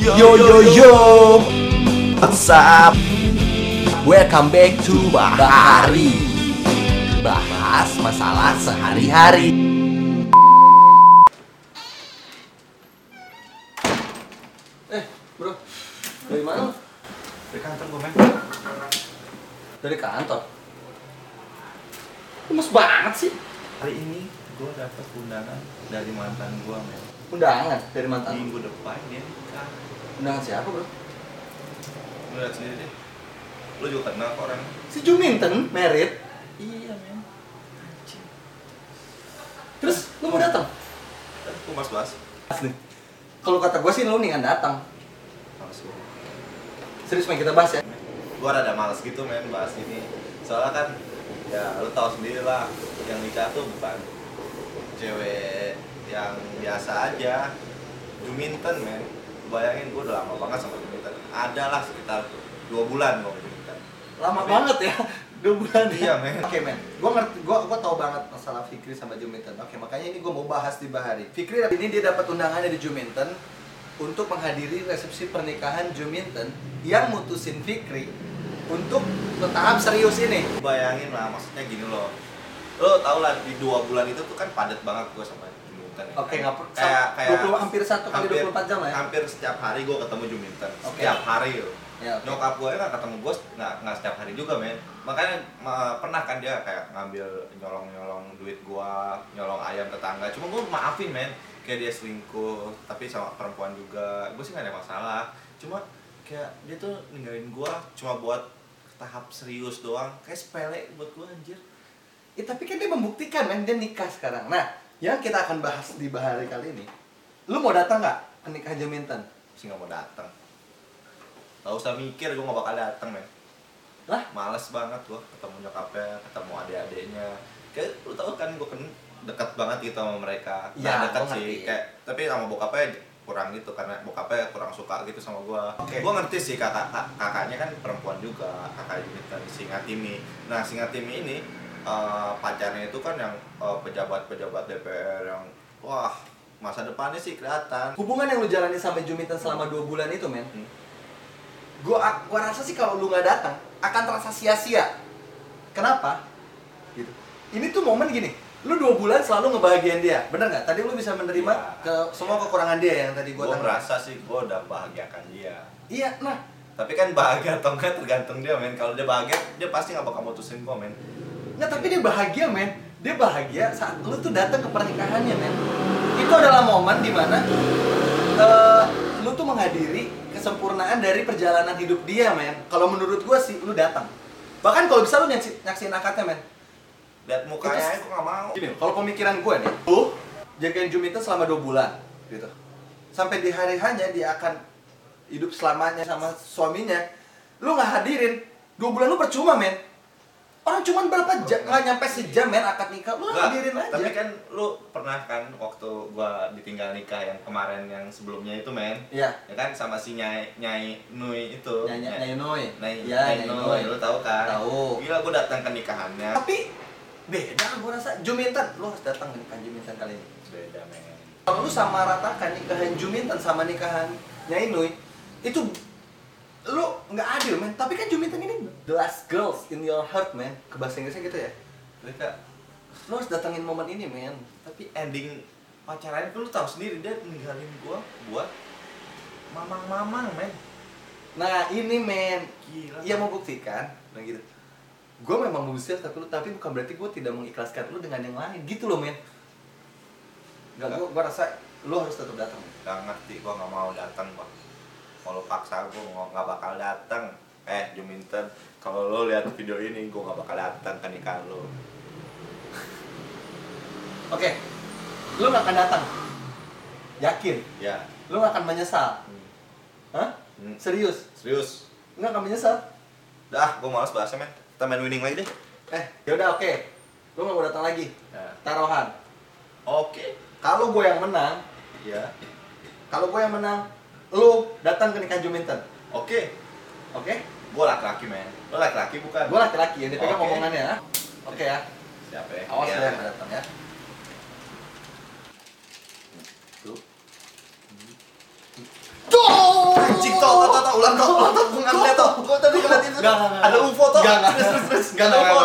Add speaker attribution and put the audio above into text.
Speaker 1: Yo yo yo What's up Welcome back to Bahari Bahas masalah sehari-hari
Speaker 2: Eh, Bro, dari mana?
Speaker 1: Dari kantor gue men
Speaker 2: Dari kantor. Lemes banget sih.
Speaker 1: Hari ini gue dapet undangan dari mantan gue men
Speaker 2: Undangan dari mantan.
Speaker 1: Minggu depan dia nikah
Speaker 2: Undangan siapa bro?
Speaker 1: Lu liat sendiri deh Lu juga kenal kok orang
Speaker 2: Si Juminten, merit.
Speaker 1: Iya men
Speaker 2: Terus lu mau datang?
Speaker 1: Gue mas Kan bahas
Speaker 2: Asli. Kalau kata gue sih lu mendingan datang.
Speaker 1: Langsung
Speaker 2: Serius main kita bahas ya.
Speaker 1: gue rada males gitu men bahas ini soalnya kan ya lu tau sendiri lah yang nikah tuh bukan cewek yang biasa aja Juminten men bayangin gue udah lama banget sama Juminten ada lah sekitar dua bulan gue sama Juminten
Speaker 2: Lama
Speaker 1: Tapi-
Speaker 2: banget ya. Dua bulan
Speaker 1: Iya, men.
Speaker 2: Oke men, gue ngerti, gue gue tau banget masalah Fikri sama Juminten. Oke makanya ini gue mau bahas di Bahari. Fikri ini dia dapat undangan dari Juminten untuk menghadiri resepsi pernikahan Juminten yang mutusin Fikri untuk ke tahap serius ini.
Speaker 1: Lu bayangin lah maksudnya gini loh lo tau lah di dua bulan itu tuh kan padat banget gue sama Juminten ya.
Speaker 2: Oke, nggak per-
Speaker 1: kayak
Speaker 2: sam-
Speaker 1: kayak
Speaker 2: 20 hampir satu kali 24 jam lah ya?
Speaker 1: hampir setiap hari gue ketemu Juminten
Speaker 2: Oke.
Speaker 1: setiap hari loh
Speaker 2: Ya, oke.
Speaker 1: nyokap gue nggak ketemu gue nggak nggak setiap hari juga men makanya ma- pernah kan dia kayak ngambil nyolong nyolong duit gue nyolong ayam tetangga cuma gue maafin men kayak dia selingkuh tapi sama perempuan juga gue sih nggak ada masalah cuma kayak dia tuh ninggalin gue cuma buat tahap serius doang kayak sepele buat gue anjir
Speaker 2: Ya, tapi kan dia membuktikan men, dia nikah sekarang. Nah, yang kita akan bahas di Bahari kali ini, lu mau datang nggak ke nikahan Juminten?
Speaker 1: sih nggak mau datang Gak usah mikir gue nggak bakal datang men
Speaker 2: Lah,
Speaker 1: males banget gua ketemu nyokapnya, ketemu adik-adiknya. Kayak lu tau kan gua kan dekat banget gitu sama mereka.
Speaker 2: Ya,
Speaker 1: Nah, dekat
Speaker 2: gua
Speaker 1: sih.
Speaker 2: ngerti.
Speaker 1: Kayak tapi sama bokapnya kurang gitu karena bokapnya kurang suka gitu sama gua.
Speaker 2: Oke.
Speaker 1: Gua ngerti sih kakak kak- kakaknya kan perempuan juga, kakak Yunita Singatimi. Nah, Singatimi ini eh, pacarnya itu kan yang eh, pejabat-pejabat DPR yang wah, masa depannya sih kelihatan.
Speaker 2: hubungan yang lu jalani sama Juminten selama dua bulan itu men,
Speaker 1: Hmm.
Speaker 2: gua gua rasa sih kalau lu nggak datang akan terasa sia-sia. Kenapa? Gitu. Ini tuh momen gini, lu dua bulan selalu ngebahagiain dia, bener nggak? Tadi lu bisa menerima
Speaker 1: Iya.
Speaker 2: ke semua kekurangan dia yang tadi gua
Speaker 1: Gua
Speaker 2: tangkap.
Speaker 1: merasa sih gua udah bahagiakan dia.
Speaker 2: Iya, nah
Speaker 1: tapi kan bahagia atau enggak tergantung dia men kalau dia bahagia dia pasti nggak bakal mutusin gua men
Speaker 2: Nggak, tapi dia bahagia, men. Dia bahagia saat lu tuh datang ke pernikahannya, men. Itu adalah momen dimana eh lu tuh menghadiri kesempurnaan dari perjalanan hidup dia, men. Kalau menurut gua sih, lu datang. Bahkan kalau bisa lu nyaksi, nyaksiin akadnya, men.
Speaker 1: lihat mukanya
Speaker 2: Itu-
Speaker 1: aja gua nggak mau
Speaker 2: Gini, kalau pemikiran gua nih, lu jagain Jumita selama 2 bulan, gitu. Sampai di hari hanya dia akan hidup selamanya sama suaminya. Lu nggak hadirin, 2 bulan lu percuma, men. Orang cuman berapa jam, nggak nyampe sejam men akad nikah, lu
Speaker 1: Nggak,
Speaker 2: hadirin aja.
Speaker 1: tapi kan lu pernah kan waktu gua ditinggal nikah yang kemarin yang sebelumnya itu men
Speaker 2: Iya.
Speaker 1: ya kan sama si nyai nyai nui itu
Speaker 2: Nyanyi Nyanyi Noi.
Speaker 1: Nyai-
Speaker 2: Iya,
Speaker 1: Nyai
Speaker 2: Nyanyi
Speaker 1: nui lu tahu kan
Speaker 2: Tahu.
Speaker 1: gila gua datang ke nikahannya
Speaker 2: Tapi beda gua rasa Juminten, lu harus datang ke nikahan Juminten kali ini.
Speaker 1: beda men
Speaker 2: Kalau lu sama ratakan nikahan Juminten sama nikahan Nyai Noi, itu lu nggak adil men. Tapi kan Juminten ini the last girls in your heart men. Ke bahasa Inggrisnya gitu ya.
Speaker 1: mereka
Speaker 2: Lu harus datangin momen ini men.
Speaker 1: tapi ending pacarannya tuh lu tahu sendiri dia ninggalin gua buat mamang-mamang men
Speaker 2: Nah ini men,
Speaker 1: gila
Speaker 2: Iya mau buktikan, nah gitu. Gue memang membesar tapi lu tapi bukan berarti gue tidak mengikhlaskan lu dengan yang lain gitu loh men. Enggak, gue rasa lu harus tetap datang.
Speaker 1: Gak ngerti, gua gak mau datang gua Kalau paksa gua nggak- nggak bakal datang Eh, Juminten, kalau lo lihat video ini gua gak bakal datang ke nikahan lo
Speaker 2: Oke, lu gak akan datang. Yakin,
Speaker 1: Ya,
Speaker 2: lu gak akan menyesal.
Speaker 1: Hmm.
Speaker 2: Hah?
Speaker 1: Hmm.
Speaker 2: Serius,
Speaker 1: serius
Speaker 2: nggak akan menyesal.
Speaker 1: Dah, gua males bahasnya men Kita main winning lagi deh
Speaker 2: Eh, yaudah oke, lu gak mau datang lagi. Taruhan.
Speaker 1: Oke
Speaker 2: Kalau gue yang menang,
Speaker 1: Ya,
Speaker 2: kalau gue yang menang, lu datang ke nikah Juminten,
Speaker 1: oke
Speaker 2: oke?
Speaker 1: Gua laki-laki men Lo laki-laki bukan?
Speaker 2: Gue laki-laki yang dipegang
Speaker 1: Oke.
Speaker 2: omongannya ya. Oke ya,
Speaker 1: Siapa ya?
Speaker 2: awas
Speaker 1: Iya.
Speaker 2: ya yang datang ya.
Speaker 1: Tuh.
Speaker 2: Duh! Enggak, enggak, enggak.
Speaker 1: Ada UFO tuh.
Speaker 2: Enggak, enggak.
Speaker 1: Terus terus terus.
Speaker 2: Enggak, enggak,
Speaker 1: Ada UFO,